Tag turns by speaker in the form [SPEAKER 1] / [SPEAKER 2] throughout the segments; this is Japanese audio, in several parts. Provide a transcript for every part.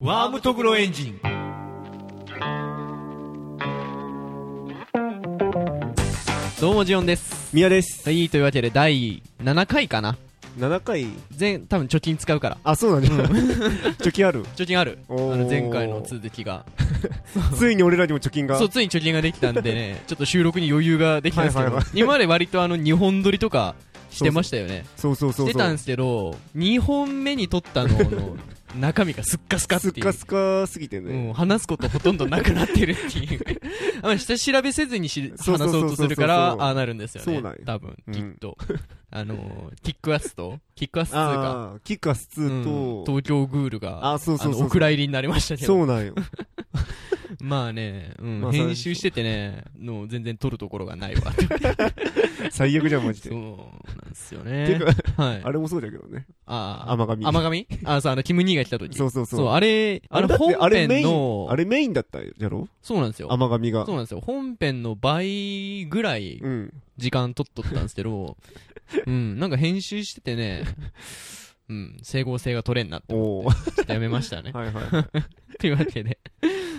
[SPEAKER 1] ワームトグロエンジン。
[SPEAKER 2] どうもジオンです
[SPEAKER 3] 宮です
[SPEAKER 2] はいというわけで第7回かな
[SPEAKER 3] 7回
[SPEAKER 2] 全多分貯金使うから
[SPEAKER 3] あそうなんだ、 貯金あ る
[SPEAKER 2] 貯金あるあ
[SPEAKER 3] おー
[SPEAKER 2] の前回の続きが
[SPEAKER 3] ついに俺らにも貯金が
[SPEAKER 2] そうついに貯金ができたんで ねちょっと収録に余裕ができたんですけ
[SPEAKER 3] はい
[SPEAKER 2] ど
[SPEAKER 3] はい
[SPEAKER 2] 今まで割とあの2本撮りとかしてましたよね
[SPEAKER 3] そうそうそう
[SPEAKER 2] してたんですけど2本目に撮ったのの中身がすっかすかって
[SPEAKER 3] すっ
[SPEAKER 2] いう
[SPEAKER 3] かすかすぎてね、
[SPEAKER 2] うん、話すことほとんどなくなってるっ ていうあまり下調べせずにし
[SPEAKER 3] そうそ
[SPEAKER 2] 話
[SPEAKER 3] う
[SPEAKER 2] そ
[SPEAKER 3] そうそう
[SPEAKER 2] うとするか
[SPEAKER 3] そう
[SPEAKER 2] ら
[SPEAKER 3] そうそう
[SPEAKER 2] ああなるんですよね
[SPEAKER 3] そうなんよ
[SPEAKER 2] 多分
[SPEAKER 3] うん
[SPEAKER 2] きっと、あのーキックアスとキックアス2か
[SPEAKER 3] あーキックアス2と、
[SPEAKER 2] うん東京グールが
[SPEAKER 3] あそうそうそうそう
[SPEAKER 2] のお蔵入りになりましたけど
[SPEAKER 3] そうなんよ
[SPEAKER 2] まあね、うん
[SPEAKER 3] まあそれ
[SPEAKER 2] 編集しててねの全然撮るところがない わ
[SPEAKER 3] 最悪じゃんマジ
[SPEAKER 2] そう
[SPEAKER 3] で
[SPEAKER 2] なんですよ
[SPEAKER 3] て
[SPEAKER 2] ね
[SPEAKER 3] か
[SPEAKER 2] はい
[SPEAKER 3] あれもそうだけどね
[SPEAKER 2] あ
[SPEAKER 3] 甘神
[SPEAKER 2] あ甘神あそうあのキム兄が来た時
[SPEAKER 3] そうそうそう
[SPEAKER 2] あれあれ
[SPEAKER 3] だって
[SPEAKER 2] 本
[SPEAKER 3] あれメ
[SPEAKER 2] 編
[SPEAKER 3] イン
[SPEAKER 2] の
[SPEAKER 3] あれメインだったんじゃろ
[SPEAKER 2] そうなんですよ
[SPEAKER 3] 甘神が
[SPEAKER 2] そうなんですよ本編の倍ぐらい
[SPEAKER 3] うん
[SPEAKER 2] 時間取っとったんですけ どうんなんか編集しててねうん整合性が取れんなって
[SPEAKER 3] おお
[SPEAKER 2] 思ってちょっとやめましたね
[SPEAKER 3] はいはい
[SPEAKER 2] というわけで、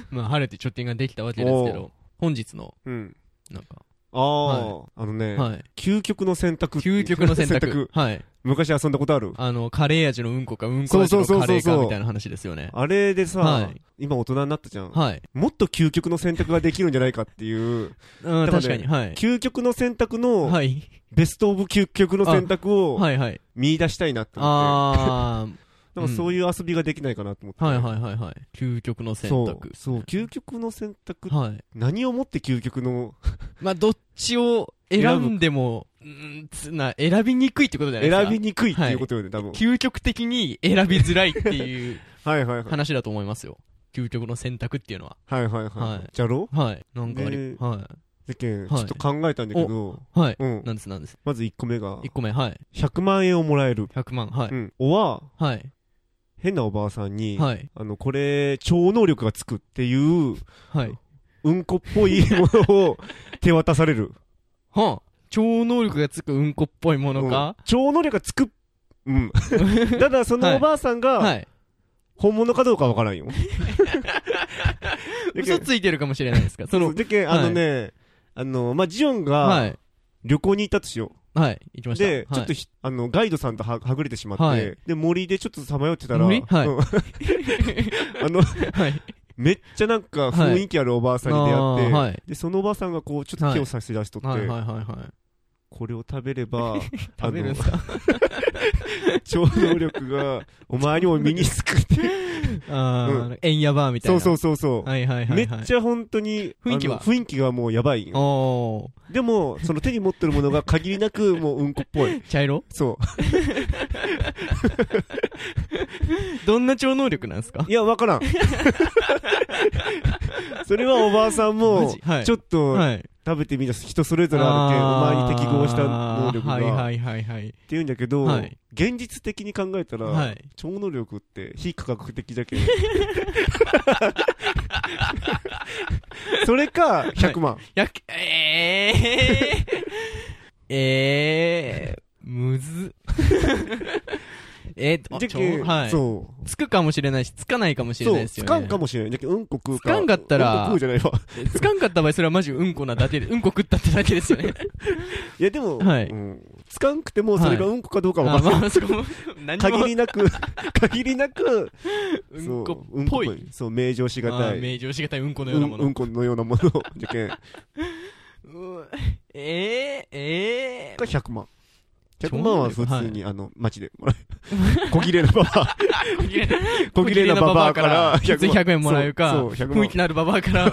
[SPEAKER 2] まあ、晴れて貯金ができたわけですけ
[SPEAKER 3] お
[SPEAKER 2] ど、本日の、
[SPEAKER 3] うん
[SPEAKER 2] なんか、
[SPEAKER 3] ああ、
[SPEAKER 2] は
[SPEAKER 3] あのね、
[SPEAKER 2] はい。
[SPEAKER 3] 究極の選択
[SPEAKER 2] 究極の選 択。
[SPEAKER 3] 選択
[SPEAKER 2] はい。
[SPEAKER 3] 昔遊んだことある
[SPEAKER 2] あの、カレー味のうんこか、うんこ味の
[SPEAKER 3] そうそうそうそう
[SPEAKER 2] カレーか、みたいな話ですよね。
[SPEAKER 3] あれでさ、
[SPEAKER 2] はい
[SPEAKER 3] 今大人になったじゃん、
[SPEAKER 2] はい。
[SPEAKER 3] もっと究極の選択ができるんじゃないかっていう
[SPEAKER 2] うん、
[SPEAKER 3] だからね
[SPEAKER 2] 確かに、はい。
[SPEAKER 3] 究極の選択の、
[SPEAKER 2] はい。
[SPEAKER 3] ベストオブ究極の選択を
[SPEAKER 2] はいはい。
[SPEAKER 3] 見出したいなって思っ
[SPEAKER 2] あ
[SPEAKER 3] て、なんかそういう遊びができないかなと思って。
[SPEAKER 2] ー、はいはいはいはい。究極の選択。
[SPEAKER 3] そう、そう、究極の選択、
[SPEAKER 2] はい。
[SPEAKER 3] 何をもって究極の、
[SPEAKER 2] まあ、どっちを選んでも、うん、つな、選びにくいってことじゃないですか。
[SPEAKER 3] 選びにくいっていうことよね、多分。
[SPEAKER 2] 究極的に選びづらいっていう
[SPEAKER 3] はいはいはい。
[SPEAKER 2] 話だと思いますよ。究極の選択っていうのは。
[SPEAKER 3] はいはい
[SPEAKER 2] は
[SPEAKER 3] はいい。じゃろ
[SPEAKER 2] はい。なんかあり
[SPEAKER 3] で、
[SPEAKER 2] は
[SPEAKER 3] 世間、ち
[SPEAKER 2] はい
[SPEAKER 3] ょっと考えたんだけど、
[SPEAKER 2] い。はい。
[SPEAKER 3] うん。
[SPEAKER 2] なんですなんです。
[SPEAKER 3] まず1個目が
[SPEAKER 2] 1、個目、はい。
[SPEAKER 3] 100万円をもらえる。。
[SPEAKER 2] 100万、はいう
[SPEAKER 3] ん。おは、
[SPEAKER 2] はい。
[SPEAKER 3] 変なおばあさんに、
[SPEAKER 2] はい。
[SPEAKER 3] あの、これ、超能力がつくっていう、
[SPEAKER 2] はい。
[SPEAKER 3] うんこっぽいものを手渡される。
[SPEAKER 2] はあ、超能力がつくうんこっぽいものか、
[SPEAKER 3] うん超能力がつく、 うん。ただ、そのおばあさん
[SPEAKER 2] は
[SPEAKER 3] が、
[SPEAKER 2] い。
[SPEAKER 3] 本物かどうかわからんよ。でけ
[SPEAKER 2] 嘘ついてるかもしれないですかそ
[SPEAKER 3] そ
[SPEAKER 2] の
[SPEAKER 3] う、でけあのね、あの、まあ、ジオンが、
[SPEAKER 2] はい。
[SPEAKER 3] 旅行に行ったとしよ
[SPEAKER 2] はい。行きま
[SPEAKER 3] う。
[SPEAKER 2] した。
[SPEAKER 3] で、ちょっと
[SPEAKER 2] はい
[SPEAKER 3] ひ、あの、ガイドさんとははぐれてしま
[SPEAKER 2] は
[SPEAKER 3] っ
[SPEAKER 2] い
[SPEAKER 3] て、で、森でちょっとさまよってたら、
[SPEAKER 2] 森はい
[SPEAKER 3] うん あの、
[SPEAKER 2] はい。
[SPEAKER 3] めっちゃなんか雰囲気あるおばあさんに出会って、
[SPEAKER 2] はい。
[SPEAKER 3] で、そのおばあさんがこう、ちょっと手を差し出しとっ
[SPEAKER 2] はいはい
[SPEAKER 3] て、
[SPEAKER 2] はいはい。
[SPEAKER 3] これを食べれば、あ
[SPEAKER 2] 食べる
[SPEAKER 3] の
[SPEAKER 2] んです、か
[SPEAKER 3] 超能力が、お前にも身につくって いう。
[SPEAKER 2] あ
[SPEAKER 3] う
[SPEAKER 2] ー、円やばーみたい
[SPEAKER 3] そ
[SPEAKER 2] な。
[SPEAKER 3] うそううそうそう。
[SPEAKER 2] はいはいは
[SPEAKER 3] め
[SPEAKER 2] いはい。
[SPEAKER 3] っちゃ本当に、
[SPEAKER 2] 雰囲気は
[SPEAKER 3] あの雰囲気がもうやばいよ。
[SPEAKER 2] お
[SPEAKER 3] でも、その手に持ってるものが限りなくもううんこっぽ い。
[SPEAKER 2] ー、茶色
[SPEAKER 3] そう。
[SPEAKER 2] どんな超能力なんですか
[SPEAKER 3] いや、わからん。 それはおばあさん
[SPEAKER 2] マ
[SPEAKER 3] も
[SPEAKER 2] ジはい、
[SPEAKER 3] ちょっと
[SPEAKER 2] はい。
[SPEAKER 3] 食べてみた人それぞれあるけん、お前に適合した能力
[SPEAKER 2] あー
[SPEAKER 3] が
[SPEAKER 2] は
[SPEAKER 3] っ
[SPEAKER 2] いはいはいはい。
[SPEAKER 3] ていうんだけど
[SPEAKER 2] はい、
[SPEAKER 3] 現実的に考えた
[SPEAKER 2] は
[SPEAKER 3] ら、
[SPEAKER 2] い。
[SPEAKER 3] 超能力って非科学的じゃけん。 それか、100万。
[SPEAKER 2] やけ、えー、えー、むずっ。えーと、
[SPEAKER 3] じゃ
[SPEAKER 2] ちょ
[SPEAKER 3] けん
[SPEAKER 2] はい。
[SPEAKER 3] そう。
[SPEAKER 2] つくかもしれないし、つかないかもしれ
[SPEAKER 3] そ
[SPEAKER 2] な
[SPEAKER 3] う
[SPEAKER 2] いですよ
[SPEAKER 3] つ
[SPEAKER 2] ね。
[SPEAKER 3] かんかもしれない。だけど、うんこ食うか。
[SPEAKER 2] つかんかったら
[SPEAKER 3] うんこ食うじゃないわ。
[SPEAKER 2] つかんかった場合、それはマジうんこなだけで、うんこ食ったってだけですよね。
[SPEAKER 3] いや、でも、
[SPEAKER 2] はい
[SPEAKER 3] うんつかんくても、 それがうんこかどうか
[SPEAKER 2] あ
[SPEAKER 3] わからない。
[SPEAKER 2] まあ、そこも、何
[SPEAKER 3] 限
[SPEAKER 2] も、
[SPEAKER 3] りな く、限りなく、
[SPEAKER 2] う
[SPEAKER 3] そ
[SPEAKER 2] ん
[SPEAKER 3] う
[SPEAKER 2] こっぽ
[SPEAKER 3] うん
[SPEAKER 2] い。
[SPEAKER 3] こそう、名状しが
[SPEAKER 2] あ
[SPEAKER 3] た
[SPEAKER 2] ー
[SPEAKER 3] い。
[SPEAKER 2] 名状しがたいうんこの
[SPEAKER 3] う
[SPEAKER 2] ようなんも
[SPEAKER 3] う
[SPEAKER 2] の
[SPEAKER 3] ん。このようなもの。 じゃけん。が
[SPEAKER 2] うえー、え ー、
[SPEAKER 3] 100万。100万は普
[SPEAKER 2] は
[SPEAKER 3] 通
[SPEAKER 2] い
[SPEAKER 3] に、あの、街でもらえ。小切れなババア。小切れなババアから
[SPEAKER 2] 普通100円もらえるか、
[SPEAKER 3] そう、そう100
[SPEAKER 2] 雰囲気のあるババアから、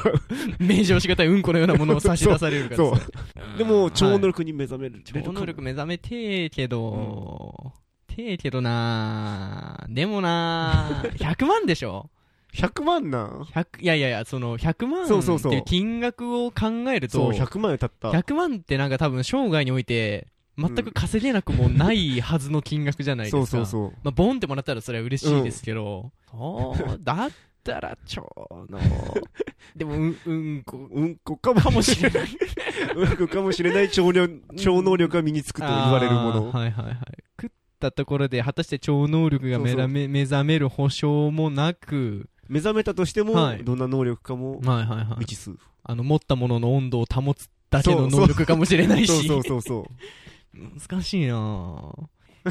[SPEAKER 2] 名状しがたいうんこのようなものを差し出されるから
[SPEAKER 3] そう
[SPEAKER 2] ですね。
[SPEAKER 3] 万。でも、超
[SPEAKER 2] 力
[SPEAKER 3] 能力に目覚める。
[SPEAKER 2] 超能力目覚めてえけど、てえけどなーでもな ー100万でしょ
[SPEAKER 3] 100万なん
[SPEAKER 2] 100いやいやいや、その100万
[SPEAKER 3] そうそうそう
[SPEAKER 2] っていう金額を考える
[SPEAKER 3] そう、
[SPEAKER 2] と、
[SPEAKER 3] 100万円経った。
[SPEAKER 2] 100万ってなんか多分生涯において、全く稼げなくもないはずの金額じゃないです
[SPEAKER 3] そ
[SPEAKER 2] か。
[SPEAKER 3] うそうそう。
[SPEAKER 2] まあ、ボンってもらったらそれは嬉しいですけど、おーだったら超能。でも、うん、うんこ、
[SPEAKER 3] うんこかも
[SPEAKER 2] かもしれない。
[SPEAKER 3] うんこかもしれない超能超能力が身につくと言われるも
[SPEAKER 2] あ
[SPEAKER 3] の。
[SPEAKER 2] ーはいはいはい食ったところで果たして超能力が目覚め目覚める保証もなく
[SPEAKER 3] 目覚めたとしても、
[SPEAKER 2] はい
[SPEAKER 3] どんな能力かも
[SPEAKER 2] はいはいはい
[SPEAKER 3] 未。知 数、
[SPEAKER 2] あの、持ったものの温度を保つだけの能力かもしれない
[SPEAKER 3] そう
[SPEAKER 2] し
[SPEAKER 3] そ。うそうそう
[SPEAKER 2] 難しいなぁ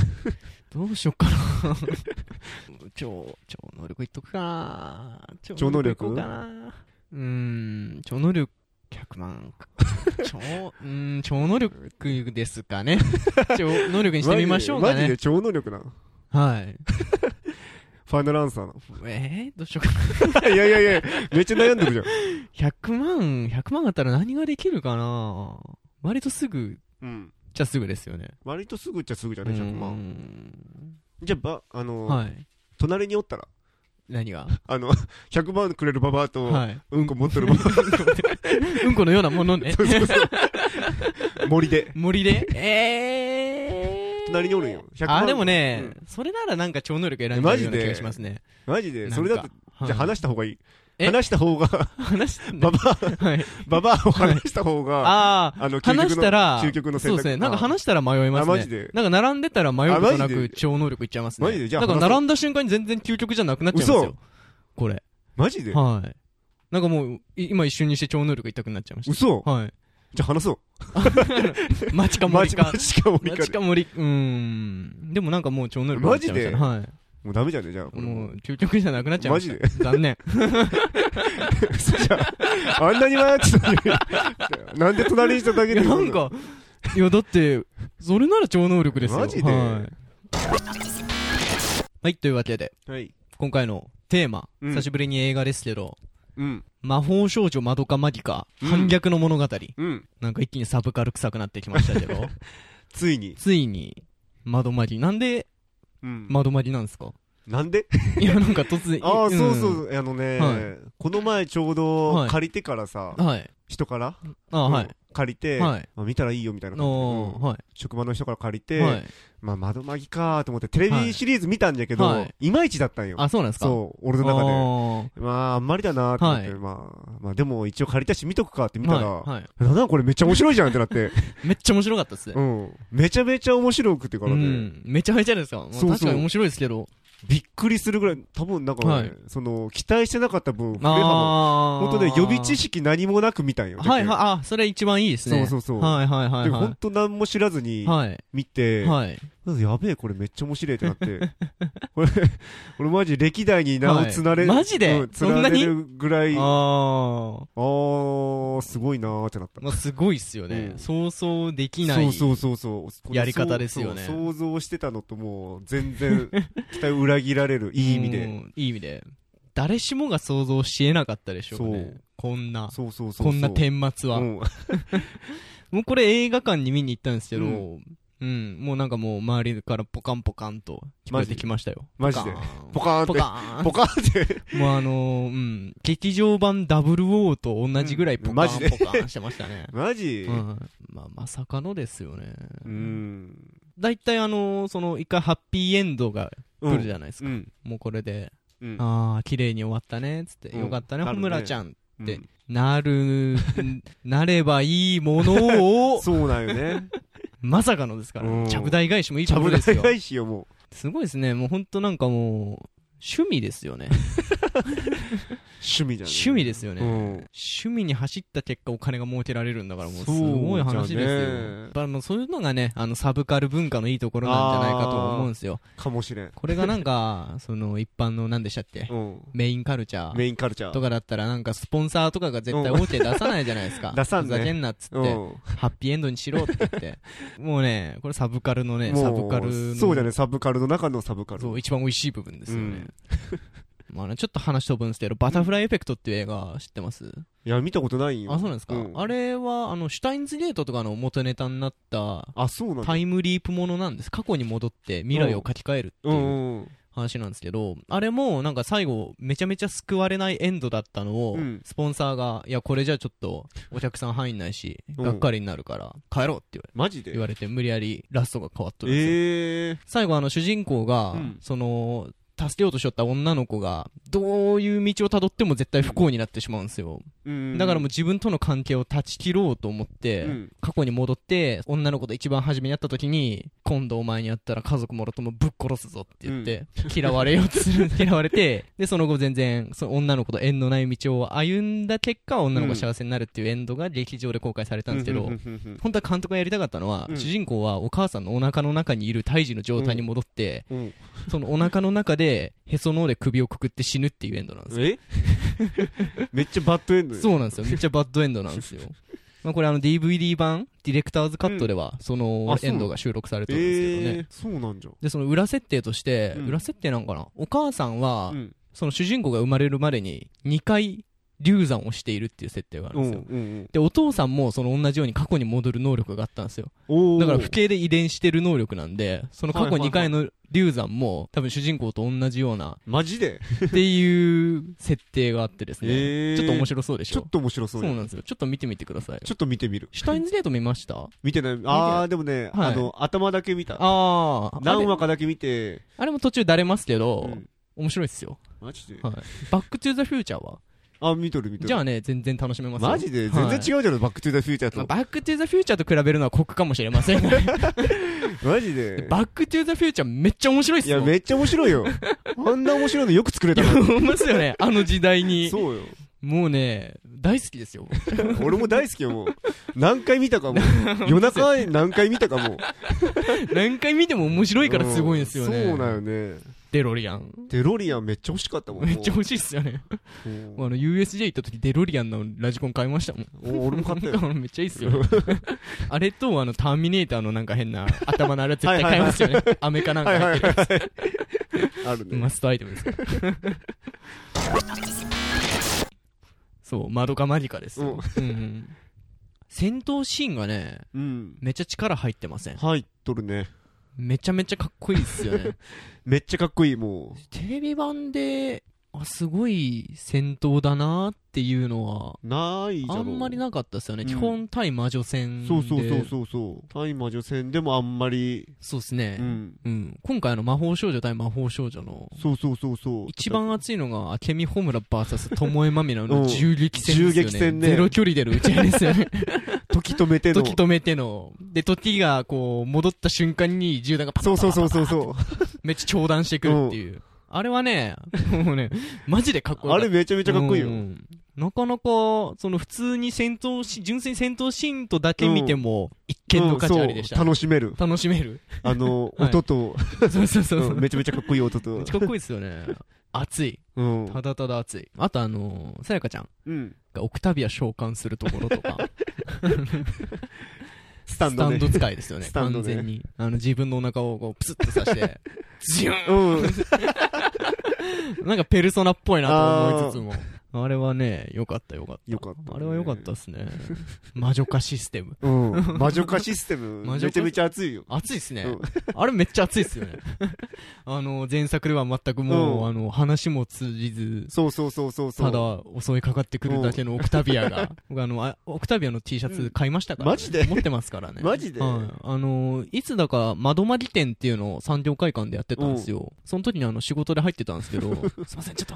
[SPEAKER 2] どうしよっかなぁ 超、超能力いっとくかなぁ
[SPEAKER 3] 超能力
[SPEAKER 2] いこうかなぁうーん、超能力100万 か。超、うーん、超能力ですか ね。超能力にしてみましょうか
[SPEAKER 3] マジでマジ
[SPEAKER 2] ね
[SPEAKER 3] で。超能力なの
[SPEAKER 2] はい。
[SPEAKER 3] ファイナルアンサーな
[SPEAKER 2] えー、どうしようかな。
[SPEAKER 3] のいやいやいやめっちゃ悩んでるじゃん、
[SPEAKER 2] 100万、100万あったら何ができるかなぁ割とすぐ、
[SPEAKER 3] うん、
[SPEAKER 2] じゃすぐですよね。
[SPEAKER 3] 割とすぐっちゃすぐじゃね100
[SPEAKER 2] うー
[SPEAKER 3] 万
[SPEAKER 2] ん
[SPEAKER 3] じゃあばあの、
[SPEAKER 2] はい。
[SPEAKER 3] 隣におったら
[SPEAKER 2] 何が
[SPEAKER 3] あの100万 くれるババアと、
[SPEAKER 2] はい。
[SPEAKER 3] うんこ持ってるババ
[SPEAKER 2] うんこのようなもの
[SPEAKER 3] ア。
[SPEAKER 2] ね
[SPEAKER 3] そうそうそう森で
[SPEAKER 2] 森でえー。
[SPEAKER 3] 隣におるんよ100万
[SPEAKER 2] あ、でもね、それならなんか超能力選んじゃうような気がしますね。
[SPEAKER 3] マジでそれだとじゃあ話
[SPEAKER 2] し
[SPEAKER 3] した方がいい
[SPEAKER 2] え
[SPEAKER 3] 話した 方が
[SPEAKER 2] 話して、
[SPEAKER 3] ババ
[SPEAKER 2] はい、
[SPEAKER 3] ババアを話した方が
[SPEAKER 2] ああ、
[SPEAKER 3] あの究極の
[SPEAKER 2] 話したら、
[SPEAKER 3] 究極の選
[SPEAKER 2] そう
[SPEAKER 3] 択
[SPEAKER 2] ですね。なんか話したら迷いますね。
[SPEAKER 3] あマジで
[SPEAKER 2] なんか並んでたら迷うことな
[SPEAKER 3] あマジで
[SPEAKER 2] く超能力いっちゃいますね。
[SPEAKER 3] マジでじゃあ
[SPEAKER 2] なん
[SPEAKER 3] 話
[SPEAKER 2] か
[SPEAKER 3] そう
[SPEAKER 2] 並んだ瞬間に全然究極じゃなくなっちゃいます
[SPEAKER 3] 嘘
[SPEAKER 2] よ。これ。
[SPEAKER 3] マジで
[SPEAKER 2] はい。なんかもう、い今一瞬にして超能力痛くなっちゃいまし
[SPEAKER 3] 嘘
[SPEAKER 2] た。はい。
[SPEAKER 3] じゃあ話そう
[SPEAKER 2] マチか
[SPEAKER 3] マ
[SPEAKER 2] 森
[SPEAKER 3] ジ
[SPEAKER 2] か
[SPEAKER 3] マ。ジか森
[SPEAKER 2] マ
[SPEAKER 3] か
[SPEAKER 2] チか森、うーん。でもなんかもう超能力になっちゃいましたね。
[SPEAKER 3] マジ
[SPEAKER 2] はい。
[SPEAKER 3] もうダメじゃんねじゃあこれ
[SPEAKER 2] もう、究極じゃなくなっちゃいました。
[SPEAKER 3] マ
[SPEAKER 2] ジで 残念。
[SPEAKER 3] じゃああんなに迷ってたの になんで隣にしただ
[SPEAKER 2] い
[SPEAKER 3] けで
[SPEAKER 2] や、なんか、いや、だって、それなら超能力ですよ。
[SPEAKER 3] マジで
[SPEAKER 2] はい。はい、というわけで、
[SPEAKER 3] はい
[SPEAKER 2] 今回のテーマ、
[SPEAKER 3] うん
[SPEAKER 2] 久しぶりに映画ですけど、
[SPEAKER 3] うん
[SPEAKER 2] 魔法少女マドカマギカ、
[SPEAKER 3] うん
[SPEAKER 2] 反逆の物語。
[SPEAKER 3] うん
[SPEAKER 2] なんか一気にサブカル臭くなってきました けど、
[SPEAKER 3] ついに
[SPEAKER 2] ついに、窓マギ。なんで、
[SPEAKER 3] うん
[SPEAKER 2] 窓マギな んですか
[SPEAKER 3] なんで
[SPEAKER 2] いや、なんか突然。
[SPEAKER 3] ああ
[SPEAKER 2] ん
[SPEAKER 3] そうそうあのね
[SPEAKER 2] は
[SPEAKER 3] この前ちょう
[SPEAKER 2] は
[SPEAKER 3] ど
[SPEAKER 2] い
[SPEAKER 3] 借りてからさ
[SPEAKER 2] はい。
[SPEAKER 3] 人から
[SPEAKER 2] あ
[SPEAKER 3] うん
[SPEAKER 2] はい。
[SPEAKER 3] 借りて
[SPEAKER 2] はい
[SPEAKER 3] あ見たらいいよみたいな感じで
[SPEAKER 2] お
[SPEAKER 3] う
[SPEAKER 2] ー
[SPEAKER 3] ん
[SPEAKER 2] は
[SPEAKER 3] 職場の人から借り
[SPEAKER 2] い。
[SPEAKER 3] て
[SPEAKER 2] はい。
[SPEAKER 3] まあ、窓マギかーと思って、テレビシリーズ見たんだけど、
[SPEAKER 2] はいはいい、
[SPEAKER 3] まいちだったんよ。
[SPEAKER 2] あ、そうなんですか
[SPEAKER 3] そう、俺の中で。
[SPEAKER 2] あー
[SPEAKER 3] まあ、あんまりだなーと思って、
[SPEAKER 2] はい
[SPEAKER 3] まあ、まあ、でも一応借りたし見とくかって見たら、
[SPEAKER 2] はいはい
[SPEAKER 3] なんだこれめっちゃ面白いじゃんってな って、
[SPEAKER 2] めっちゃ面白かったっすね
[SPEAKER 3] う。ん。めちゃめちゃ面白くてから
[SPEAKER 2] う
[SPEAKER 3] ね、
[SPEAKER 2] ん、めちゃめちゃですか。まあ
[SPEAKER 3] そうそう
[SPEAKER 2] 確かに面白いですけど。
[SPEAKER 3] びっくりするぐらい、多分なんかね、
[SPEAKER 2] はい
[SPEAKER 3] その、期待してなかった分、振れ幅、
[SPEAKER 2] あ
[SPEAKER 3] 本当ね、予備知識何もなく見たんよ。
[SPEAKER 2] はいはい、
[SPEAKER 3] い。
[SPEAKER 2] あ、それ一番いいです
[SPEAKER 3] そう
[SPEAKER 2] ね。
[SPEAKER 3] そうそう。
[SPEAKER 2] はいはいはい
[SPEAKER 3] で本
[SPEAKER 2] は
[SPEAKER 3] 当何も知らずに
[SPEAKER 2] い。はい。
[SPEAKER 3] 見て、
[SPEAKER 2] はい。
[SPEAKER 3] やべえ、これめっちゃ面白いってなって。 これ、俺マジ歴代に名を連なれ、
[SPEAKER 2] はいマジで
[SPEAKER 3] うん連なれるぐらい、あ
[SPEAKER 2] ああ。
[SPEAKER 3] ー、すごいなーってなった。
[SPEAKER 2] まあ、すごいっすよね
[SPEAKER 3] う。ん
[SPEAKER 2] そうそうできない。
[SPEAKER 3] そうそうそうそう。
[SPEAKER 2] やり方ですよね
[SPEAKER 3] そう想像してたのともう、全 然、期待を裏切られる、いい意味
[SPEAKER 2] う
[SPEAKER 3] で。
[SPEAKER 2] ん。いい意味で。誰しもが想像しえなかったでしょう
[SPEAKER 3] そ
[SPEAKER 2] ね
[SPEAKER 3] う。
[SPEAKER 2] こんな、
[SPEAKER 3] そうそうそうそう。
[SPEAKER 2] こんな顛末は
[SPEAKER 3] う。ん
[SPEAKER 2] もうこれ映画館に見に行ったんですけど、
[SPEAKER 3] う
[SPEAKER 2] うん、もうなんかもう周りからポカンポカンと聞こえてきましたよ。
[SPEAKER 3] マジでポ
[SPEAKER 2] ポ
[SPEAKER 3] カーン
[SPEAKER 2] カン
[SPEAKER 3] って
[SPEAKER 2] ポカン
[SPEAKER 3] ポカーン って。
[SPEAKER 2] もうあのー、うん、劇場版 WO と同じぐらいポカ
[SPEAKER 3] マ
[SPEAKER 2] ン
[SPEAKER 3] ジで。
[SPEAKER 2] ポカンしてましたね
[SPEAKER 3] マジ
[SPEAKER 2] うん、まあ、まさかのですよね。
[SPEAKER 3] うん。
[SPEAKER 2] だいたいあのー、その、一回ハッピーエンドが
[SPEAKER 3] う
[SPEAKER 2] 来る
[SPEAKER 3] ん。
[SPEAKER 2] じゃないですか。
[SPEAKER 3] うん。
[SPEAKER 2] もうこれで、
[SPEAKER 3] うん
[SPEAKER 2] ああ、綺麗に終わったね、つって、
[SPEAKER 3] うん
[SPEAKER 2] よかったね、
[SPEAKER 3] な
[SPEAKER 2] ほ
[SPEAKER 3] るね
[SPEAKER 2] むらちゃん。
[SPEAKER 3] うん
[SPEAKER 2] でなる、 んなればいいものを、
[SPEAKER 3] そうなんよね。
[SPEAKER 2] まさかのですから、
[SPEAKER 3] うん
[SPEAKER 2] ちゃぶ台返しもいい
[SPEAKER 3] ちゃ
[SPEAKER 2] こと
[SPEAKER 3] ぶ
[SPEAKER 2] です
[SPEAKER 3] 台
[SPEAKER 2] よ。
[SPEAKER 3] 返しよ、もう。
[SPEAKER 2] すごいですね、もうほんとなんかもう、趣味で すよね。
[SPEAKER 3] 趣味じゃん。
[SPEAKER 2] 趣味ですよね。
[SPEAKER 3] うん。
[SPEAKER 2] 趣味に走った結果お金が儲けられるんだからもうす
[SPEAKER 3] そう
[SPEAKER 2] ごい話ですよ、
[SPEAKER 3] じゃね
[SPEAKER 2] やっぱもうそういうのがねあのサブカル文化のいいところなんじゃないかと思うんですよ
[SPEAKER 3] かもしれん。
[SPEAKER 2] これがなんか その一般の何でしたっけ
[SPEAKER 3] うん。
[SPEAKER 2] メインカルチャー
[SPEAKER 3] メインカルチャ
[SPEAKER 2] と
[SPEAKER 3] ー。
[SPEAKER 2] かだったらなんかスポンサーとかが絶対
[SPEAKER 3] う
[SPEAKER 2] OK 出さないじゃないですか
[SPEAKER 3] 出さんね
[SPEAKER 2] ふざけんなっつって、
[SPEAKER 3] うん。
[SPEAKER 2] ハッピーエンドにしろって言ってもうねこれサブカルのね
[SPEAKER 3] もう
[SPEAKER 2] サブカルの
[SPEAKER 3] そうだね、サブカルの中のサブカル。
[SPEAKER 2] そう一番美味しい部分ですよね、 まあね、ちょっと話飛ぶんですけど、バタフライエフェクトっていう映画知ってます
[SPEAKER 3] いや、見たことないよ。
[SPEAKER 2] あ、そうなんですか、あ
[SPEAKER 3] れ
[SPEAKER 2] れは、あの、シュタインズゲートとかの元ネタになった、
[SPEAKER 3] あ、そうなんだ。
[SPEAKER 2] タイムリープものなんです。過去に戻って未来を書き換えるって
[SPEAKER 3] う
[SPEAKER 2] いうん
[SPEAKER 3] うん。
[SPEAKER 2] 話なんですけど、あれもなんか最後、めちゃめちゃ救われないエンドだったのを、
[SPEAKER 3] うん
[SPEAKER 2] スポンサーが、いや、これじゃちょっとお客さん入んないし、
[SPEAKER 3] うん
[SPEAKER 2] がっかりになるから、帰ろうって言われ
[SPEAKER 3] マジで
[SPEAKER 2] 言われて、無理やりラストが変わっとるんですよ。
[SPEAKER 3] ええ
[SPEAKER 2] 最後、あの、主人公が、
[SPEAKER 3] うん
[SPEAKER 2] その、助けようとしよった女の子が、どういう道をたどっても絶対不幸になってしまうんですよ。
[SPEAKER 3] うん
[SPEAKER 2] だからもう自分との関係を断ち切ろうと思って、
[SPEAKER 3] うん
[SPEAKER 2] 過去に戻って、女の子と一番初めに会った時に、今度お前に会ったら家族もろともぶっ殺すぞって言って、嫌われようとする、 嫌われて、で、その後全然、その女の子と縁のない道を歩んだ結果、女の子が幸せになるっていうエンドが劇場で公開されたんですけ
[SPEAKER 3] う
[SPEAKER 2] ど、
[SPEAKER 3] んうんうんうん
[SPEAKER 2] 本当は監督がやりたかったのは、
[SPEAKER 3] うん
[SPEAKER 2] 主人公はお母さんのお腹の中にいる胎児の状態に戻って、
[SPEAKER 3] うんうん
[SPEAKER 2] そのお腹の中でへその緒で首をくくって死ぬっていうエンドなんですよ
[SPEAKER 3] え めっちゃバッドエンド
[SPEAKER 2] そうなんですよめっちゃバッドエンドな んですよまあこれあの DVD 版ディレクターズカットではその
[SPEAKER 3] あそう
[SPEAKER 2] エンドが収録されてるんですけどね、
[SPEAKER 3] えーそうなんじゃん
[SPEAKER 2] でその裏設定として、
[SPEAKER 3] うん
[SPEAKER 2] 裏設定なんかなお母さんは、
[SPEAKER 3] うん
[SPEAKER 2] その主人公が生まれるまでに2回流産をしているっていう設定があるん
[SPEAKER 3] う
[SPEAKER 2] です
[SPEAKER 3] ん
[SPEAKER 2] よ、
[SPEAKER 3] うん
[SPEAKER 2] でお父さんもその同じように過去に戻る能力があったんですよ
[SPEAKER 3] うん
[SPEAKER 2] だから不敬で遺伝してる能力なんで、その過去
[SPEAKER 3] はいはいはい
[SPEAKER 2] 2回の流産も多分主人公と同じような
[SPEAKER 3] マジで
[SPEAKER 2] っていう設定があってですね。
[SPEAKER 3] えー
[SPEAKER 2] ちょっと面白そうでし
[SPEAKER 3] ちょ
[SPEAKER 2] ょ
[SPEAKER 3] っ。と面白そ
[SPEAKER 2] そうう
[SPEAKER 3] だよ
[SPEAKER 2] なんですよ。ちょっと見てみてください。
[SPEAKER 3] ちょっと見てみる
[SPEAKER 2] シュタインズゲート見ました
[SPEAKER 3] 見てないあーでもね
[SPEAKER 2] はい
[SPEAKER 3] あの頭だけ見た
[SPEAKER 2] ああ。
[SPEAKER 3] 何
[SPEAKER 2] あれ
[SPEAKER 3] 話かだけ見て
[SPEAKER 2] あれも途中だれますけど
[SPEAKER 3] う、ん
[SPEAKER 2] 面白いっすよ。
[SPEAKER 3] マジで
[SPEAKER 2] はい。バックトゥーザフューチャーは
[SPEAKER 3] あ見とる見とる
[SPEAKER 2] じゃあね、全然楽しめますよ
[SPEAKER 3] マジで全然違う
[SPEAKER 2] う。
[SPEAKER 3] じゃんバックトゥザフューチャ
[SPEAKER 2] まあ
[SPEAKER 3] ーと
[SPEAKER 2] バックトゥーザフューチャーと比べるのは酷かもしれ ませんが
[SPEAKER 3] マジで
[SPEAKER 2] バックトゥーザフューチャーめっちゃ面白いっ
[SPEAKER 3] い
[SPEAKER 2] す
[SPEAKER 3] や
[SPEAKER 2] よ。
[SPEAKER 3] めっちゃ面白い よあんな面白いのよく作れたな
[SPEAKER 2] 思いますよね。あの時代に。
[SPEAKER 3] そうよ
[SPEAKER 2] もうね、大好きですよ。
[SPEAKER 3] 俺も大好きよもう何回見たかも夜中何回見たかも
[SPEAKER 2] 何回見ても面白いからすごいんですよね。
[SPEAKER 3] うんそうだよね
[SPEAKER 2] デロリアン。
[SPEAKER 3] デロリアンめっちゃ欲しかったもん
[SPEAKER 2] めっちゃ欲しいっすよね。
[SPEAKER 3] うん
[SPEAKER 2] あの、USJ 行った時デロリアンのラジコン買いましたもん。
[SPEAKER 3] お俺も 買ったよ
[SPEAKER 2] あのめっちゃいいっすよ。あれと、あの、ターミネーターのなんか変な頭のあれは絶対買いますよね。アメかなんか入ってる
[SPEAKER 3] あるね
[SPEAKER 2] マストアイテムですから。そう、マドカマギカですよ。うんうん戦闘シーンがね、
[SPEAKER 3] うん
[SPEAKER 2] めっちゃ力入ってません。
[SPEAKER 3] 入っとるね
[SPEAKER 2] めちゃめちゃかっこいいっすよね。
[SPEAKER 3] めっちゃかっこいいも
[SPEAKER 2] テレビ版で、あ、すごい戦闘だなっていうのは、
[SPEAKER 3] うないじゃろ
[SPEAKER 2] あんまりなかったですよね。
[SPEAKER 3] うん
[SPEAKER 2] 基本対魔女戦で。
[SPEAKER 3] そうそうそうそうそう対魔女戦でもあんまり
[SPEAKER 2] そうですね
[SPEAKER 3] う。ん
[SPEAKER 2] うん。今回あの、魔法少女対魔法少女の、
[SPEAKER 3] そうそうそうそう
[SPEAKER 2] 一番熱いのが、明美ホムラ VS 巴まみなの
[SPEAKER 3] うん
[SPEAKER 2] 銃撃戦ですよね。
[SPEAKER 3] 銃撃戦ね
[SPEAKER 2] ゼロ距離での打ち合いです よね。
[SPEAKER 3] 時止めての
[SPEAKER 2] 時止めての。で、時がこう、戻った瞬間に銃弾がパッ
[SPEAKER 3] そうそうそうそうそう
[SPEAKER 2] めっちゃ長弾してくるっていう。あれはね、もうね、マジでかっ こよか
[SPEAKER 3] あ
[SPEAKER 2] った
[SPEAKER 3] れめちゃめちゃかっこいいよ
[SPEAKER 2] うんうんなかなか、その普通に戦闘し、純粋に戦闘シーンとだけ見ても、一見の価値ありでした
[SPEAKER 3] うんそう
[SPEAKER 2] ね。
[SPEAKER 3] 楽しめる
[SPEAKER 2] 楽し める。
[SPEAKER 3] あの
[SPEAKER 2] はい
[SPEAKER 3] 音と
[SPEAKER 2] そうそう そうそうう。
[SPEAKER 3] ん
[SPEAKER 2] め
[SPEAKER 3] め
[SPEAKER 2] っ
[SPEAKER 3] ちゃめちゃかっこいい音と
[SPEAKER 2] ちゃかっこいいですよね。熱い。
[SPEAKER 3] うん
[SPEAKER 2] ただただ熱い。あとあのー、さやかちゃん
[SPEAKER 3] うん
[SPEAKER 2] がオクタビア召喚するところとか、
[SPEAKER 3] スタ
[SPEAKER 2] ス
[SPEAKER 3] ン
[SPEAKER 2] タ
[SPEAKER 3] ド
[SPEAKER 2] ン
[SPEAKER 3] ね
[SPEAKER 2] ド使いですよね。
[SPEAKER 3] スタンド
[SPEAKER 2] 完
[SPEAKER 3] ね
[SPEAKER 2] 全に。あの、自分のお腹をこう、プスッと 刺して、ジュー
[SPEAKER 3] うん
[SPEAKER 2] ンなんかペルソナっぽいなと思いつつも。あれはね、よかったよかった。
[SPEAKER 3] よかったね
[SPEAKER 2] あれはよかったですね。魔女化システム。
[SPEAKER 3] うん 魔女化システム
[SPEAKER 2] 魔
[SPEAKER 3] め
[SPEAKER 2] 女化
[SPEAKER 3] ちゃめちゃ熱いよ
[SPEAKER 2] 熱いっすね。
[SPEAKER 3] うん
[SPEAKER 2] あれめっちゃ熱いっす よね。あの、前作では全くもう、
[SPEAKER 3] うん
[SPEAKER 2] あの、話も通じず、
[SPEAKER 3] そうそうそうそうそう
[SPEAKER 2] ただ襲いかかってくるだけのオクタビアが、 僕あの、あオクタビアの T シャツ買いましたから、
[SPEAKER 3] マジで
[SPEAKER 2] 持ってますからね。
[SPEAKER 3] マジで
[SPEAKER 2] はい。あの、いつだか窓まぎ店っていうのを産業会館でやってたんですよ。その時にあの、仕事で入ってたんです けど、すいません、ちょっと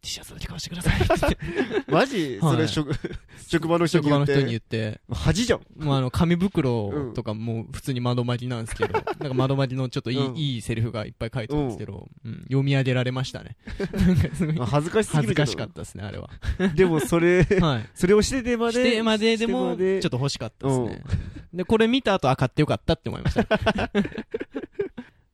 [SPEAKER 2] T シャツだけ買わせてくださいって言って。
[SPEAKER 3] マジ
[SPEAKER 2] はい
[SPEAKER 3] それ職 職場の人に
[SPEAKER 2] 職場
[SPEAKER 3] 言
[SPEAKER 2] の
[SPEAKER 3] っ
[SPEAKER 2] 人に言
[SPEAKER 3] て
[SPEAKER 2] って。
[SPEAKER 3] 恥じゃん
[SPEAKER 2] まあ、あの、紙袋とかも普通に窓まぎなんですけど、なんか窓まぎのちょっといい、
[SPEAKER 3] うん
[SPEAKER 2] いいセリフがいっぱい書いてるんですけど、うん読み上げられましたね。なんかすごい
[SPEAKER 3] 恥ずかしすぎ る
[SPEAKER 2] 恥ず
[SPEAKER 3] けど
[SPEAKER 2] かしかったですね、あれは。
[SPEAKER 3] でもそれ
[SPEAKER 2] はい。
[SPEAKER 3] それをしててまで
[SPEAKER 2] してまでで
[SPEAKER 3] してま
[SPEAKER 2] も、ちょ
[SPEAKER 3] で
[SPEAKER 2] っと欲しかったですね。で、これ見た後、あ、買ってよかったって思いました。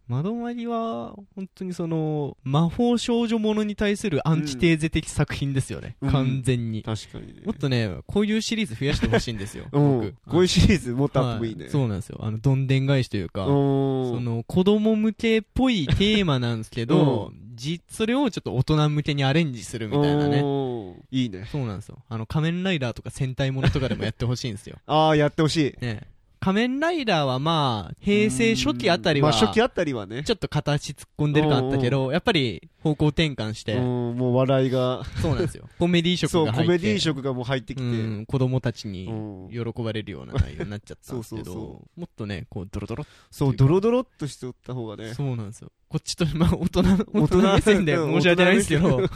[SPEAKER 2] 窓まぎは、本当にその、魔法少女ものに対するアンチテーゼ的作品ですよね。
[SPEAKER 3] うん
[SPEAKER 2] 完全に。
[SPEAKER 3] 確かにね
[SPEAKER 2] もっとね、こういうシリーズ増やしてほしいんですよ。
[SPEAKER 3] うん
[SPEAKER 2] 僕
[SPEAKER 3] こういうシリーズもっとあってもいい
[SPEAKER 2] は
[SPEAKER 3] ね
[SPEAKER 2] そうなんですよ。あの、どんでん返しというか、
[SPEAKER 3] そ
[SPEAKER 2] その、子供向けっぽいテーマなんですけど、じ、それをちょっと大人向けにアレンジするみたいなね。
[SPEAKER 3] ねいいね 。
[SPEAKER 2] そうなんですよ。あの、仮面ライダーとか戦隊ものとかでもやってほしいんですよ
[SPEAKER 3] ああやってほしい
[SPEAKER 2] ねえ仮面ライダーはまあ、平成初期あたり
[SPEAKER 3] ま
[SPEAKER 2] は、
[SPEAKER 3] あ初期
[SPEAKER 2] ち
[SPEAKER 3] あたりはね。
[SPEAKER 2] ょっと形突っ込んでる感あったけど、やっぱり方向転換し
[SPEAKER 3] うん、
[SPEAKER 2] て、
[SPEAKER 3] もう笑いが。
[SPEAKER 2] そうなんですよ。コメディ色
[SPEAKER 3] そう、
[SPEAKER 2] が
[SPEAKER 3] コ
[SPEAKER 2] 入って。
[SPEAKER 3] メディ色がもう入ってきて。
[SPEAKER 2] うん、子供たち
[SPEAKER 3] う
[SPEAKER 2] に
[SPEAKER 3] ん
[SPEAKER 2] 喜ばれるような内容になっちゃったんです
[SPEAKER 3] そう
[SPEAKER 2] けど、
[SPEAKER 3] そうそ
[SPEAKER 2] もっとね、こう、ドロドロっ
[SPEAKER 3] そう、ドロドロっとしておった方が
[SPEAKER 2] て、
[SPEAKER 3] ね。
[SPEAKER 2] そうなんですよ。こっちと、まあ、大人、大
[SPEAKER 3] 大人
[SPEAKER 2] 人目線で
[SPEAKER 3] うん
[SPEAKER 2] 申し訳ないんですけど、
[SPEAKER 3] 大人
[SPEAKER 2] こっ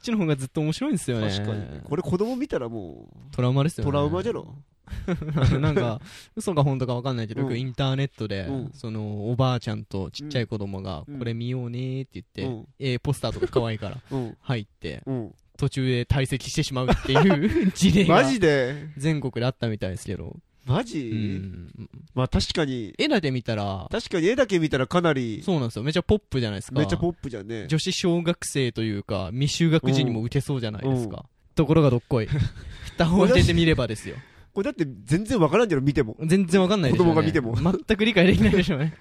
[SPEAKER 2] ちの方がずっと面白いんですよね。
[SPEAKER 3] 確かにね。これ子供見たらも
[SPEAKER 2] トラウマです
[SPEAKER 3] う、
[SPEAKER 2] よね。
[SPEAKER 3] トラウマじゃろ。
[SPEAKER 2] なんか、嘘か本当か分かんないけど、
[SPEAKER 3] うん
[SPEAKER 2] よくインターネットで、
[SPEAKER 3] うん
[SPEAKER 2] その、おばあちゃんとちっちゃい子供が、
[SPEAKER 3] うん
[SPEAKER 2] これ見ようねーって
[SPEAKER 3] う
[SPEAKER 2] 言って、
[SPEAKER 3] ん。
[SPEAKER 2] えーポスターとか可愛いから、
[SPEAKER 3] うん。
[SPEAKER 2] 入って、
[SPEAKER 3] うん。
[SPEAKER 2] 途中で退席してしまうっていう 事例が
[SPEAKER 3] マ、ジで
[SPEAKER 2] 全国であったみたいですけど、
[SPEAKER 3] マ
[SPEAKER 2] う
[SPEAKER 3] ジ
[SPEAKER 2] ん。
[SPEAKER 3] まあ確かに、
[SPEAKER 2] 絵だけ見たら、
[SPEAKER 3] 確かに絵だけ見たらかなり、
[SPEAKER 2] そうなんですよ。めちゃポップじゃないですか。
[SPEAKER 3] めっちゃポップじゃんね。
[SPEAKER 2] 女子小学生というか、未就学児にも受けそうじゃないですか。ところがどっ こい。蓋を開けてみればですよ。
[SPEAKER 3] これだって全然わからんじゃろ、見ても。
[SPEAKER 2] 全然わかんないでしょ、ね。
[SPEAKER 3] 子供が見ても
[SPEAKER 2] 全く理解できないでしょう ね。